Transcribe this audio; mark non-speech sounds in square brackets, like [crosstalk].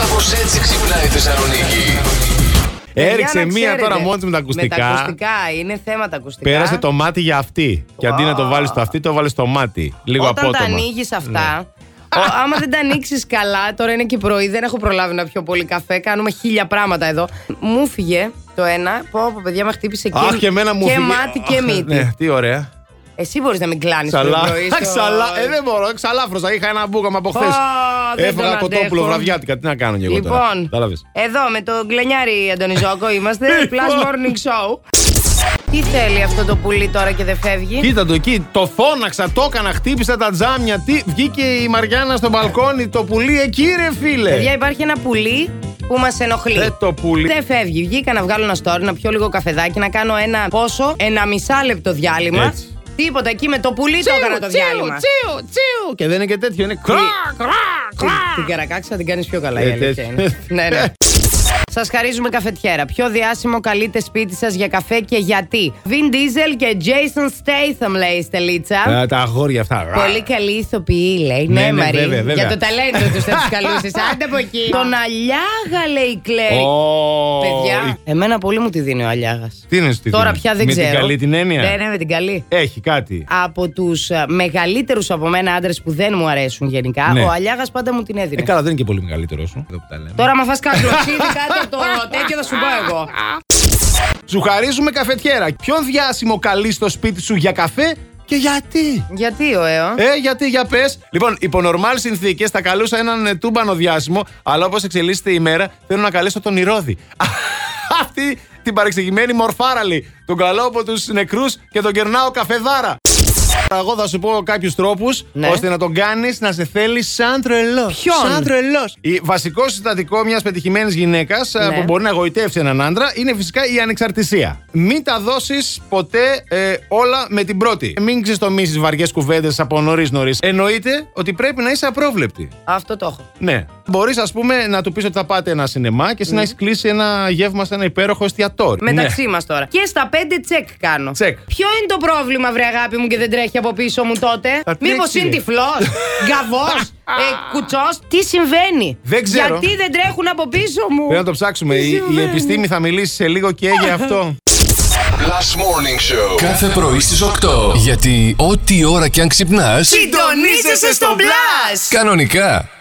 Κάπως έτσι ξυπνάει η Θεσσαλονίκη. Έριξε Παιδιά, να μία Ε, ξέρετε, τώρα μόνη της με τα ακουστικά. Με τα ακουστικά, είναι θέμα τα ακουστικά. Πέρασε το μάτι για αυτή. Και αντί να το βάλεις στο αυτή, το βάλε στο μάτι. Λίγο Όταν απότομα. Ναι. τα ανοίγεις αυτά. ο- άμα δεν τα ανοίξεις καλά, τώρα είναι και πρωί, δεν έχω προλάβει να πιω πολύ καφέ. Κάνουμε χίλια πράγματα εδώ. Μου φύγε το ένα. Πω, πω παιδιά, με χτύπησε και, Αχ, και εμένα μου και φύγε. μάτι και Αχ, μύτη. Ναι, τι ωραία. Εσύ μπορείς να μην κλάνεις το Ξαλά. πρωί. στο- Ξαλά. Ε, δεν μπορώ. Ξαλάφρωσα. Είχα ένα μπούκαμα από χθες. Πω, δεν Έφαγα τον κοτόπουλο αντέχω. βραδιάτικα. Τι να κάνω κι εγώ τώρα. Λοιπόν, Κατάλαβες. εδώ με τον Γκλενιάρη Αντωνιζόκο είμαστε. Λοιπόν. Plus Morning Show. Τι θέλει αυτό το πουλί τώρα και δεν φεύγει. Κοίτα το εκεί, το φώναξα, το έκανα, χτύπησα τα τζάμια. Τι, βγήκε η Μαριάννα στο μπαλκόνι, το πουλί εκεί, ρε φίλε. Παιδιά, υπάρχει ένα πουλί που μας ενοχλεί. Ε, το πουλί. Δεν φεύγει. Βγήκα να βγάλω ένα story, να πιω λίγο καφεδάκι, να κάνω ένα πόσο, ένα μισά λεπτό διάλειμμα. Έτσι. Τίποτα εκεί με το πουλί το έκανα το διάλειμμα. τσίου, τσίου. Και δεν είναι και τέτοιο, είναι κρά, κρά, Την, κρά. την καρακάξα να την κάνεις πιο καλά, Ε, η αλήθεια τέτοιο. είναι. ναι, [laughs] ναι. Σας χαρίζουμε καφετιέρα. Πιο διάσημο καλείτε σπίτι σας για καφέ και γιατί. Vin Diesel και Jason Statham, λέει η Στελίτσα. Ε, Τα- Τα αγόρια αυτά. Πολύ καλή ηθοποιοί, λέει. Ναι, Ναι, ναι, Μαρή. βέβαια, βέβαια. Για το ταλέντο τους θα τους [laughs] καλούσε. Άντε από εκεί. Τον Αλιάγα, λέει η Κλέη. Ω, Παιδιά, εμένα πολύ μου τη δίνει ο Αλιάγας. Τι είναι στη Τώρα δίνει? πια δεν Με την ξέρω. καλή την έννοια? Ναι, ναι, με την καλή. Έχει κάτι. Από τους μεγαλύτερους από μένα άντρες που δεν μου αρέσουν γενικά, Ναι. ο Αλιάγας πάντα μου την έδινε. Ε, καλά, δεν είναι και πολύ μεγαλύτερος σου. Εδώ που τα λέμε. Τώρα, μα φας κάποιο οξύδι [laughs] κάτω από το τέτοιο, θα σου πω εγώ. Σου χαρίζουμε καφετιέρα. Ποιον διάσημο καλεί στο σπίτι σου για καφέ και γιατί. Γιατί ο ΕΟ. Ε, γιατί, για πες. Λοιπόν, υπό νορμάλ συνθήκες θα καλούσα έναν ε, τούμπανο διάσημο, αλλά όπως εξελίσσεται η μέρα, θέλω να καλέσω τον Ηρόδη. [laughs] Αυτή την παρεξηγημένη μορφάραλη. Τον καλώ από τους νεκρούς και τον κερνάω καφεδάρα. Εγώ θα σου πω κάποιους τρόπους Ναι. ώστε να τον κάνεις να σε θέλει σαν τρελός. Ποιον? Σαν τρελός. Βασικός συστατικό μιας πετυχημένης γυναίκας Ναι. ε, που μπορεί να γοητεύσει έναν άντρα είναι φυσικά η ανεξαρτησία. Μην τα δώσεις ποτέ ε, όλα με την πρώτη. Μην ξεστομίσεις βαριές κουβέντες από νωρίς νωρίς. Εννοείται ότι πρέπει να είσαι απρόβλεπτη. Αυτό το έχω. Ναι. Μπορείς, ας πούμε, να του πεις ότι θα πάτε ένα σινεμά και εσύ να έχεις κλείσει ένα γεύμα σε ένα υπέροχο εστιατόριο. Ναι. Ναι. Μεταξύ μας τώρα. Και στα πέντε τσεκ κάνω. Τσεκ. Ποιο είναι το πρόβλημα, βρε αγάπη μου, και δεν τρέχεις από πίσω μου τότε. Θα Μήπως τρέξει, είναι ρε. τυφλό, [laughs] γκαβό, ε, κουτσός. Τι συμβαίνει. Δεν ξέρω. Γιατί δεν τρέχουν από πίσω μου. Πρέπει να το ψάξουμε. Τι Η, η συμβαίνει? επιστήμη θα μιλήσει σε λίγο και για αυτό. [laughs] Last Morning Show. Κάθε πρωί στις 8. Γιατί ό,τι ώρα κι αν ξυπνάς, Συντονίζεσαι στο μπλα! κανονικά.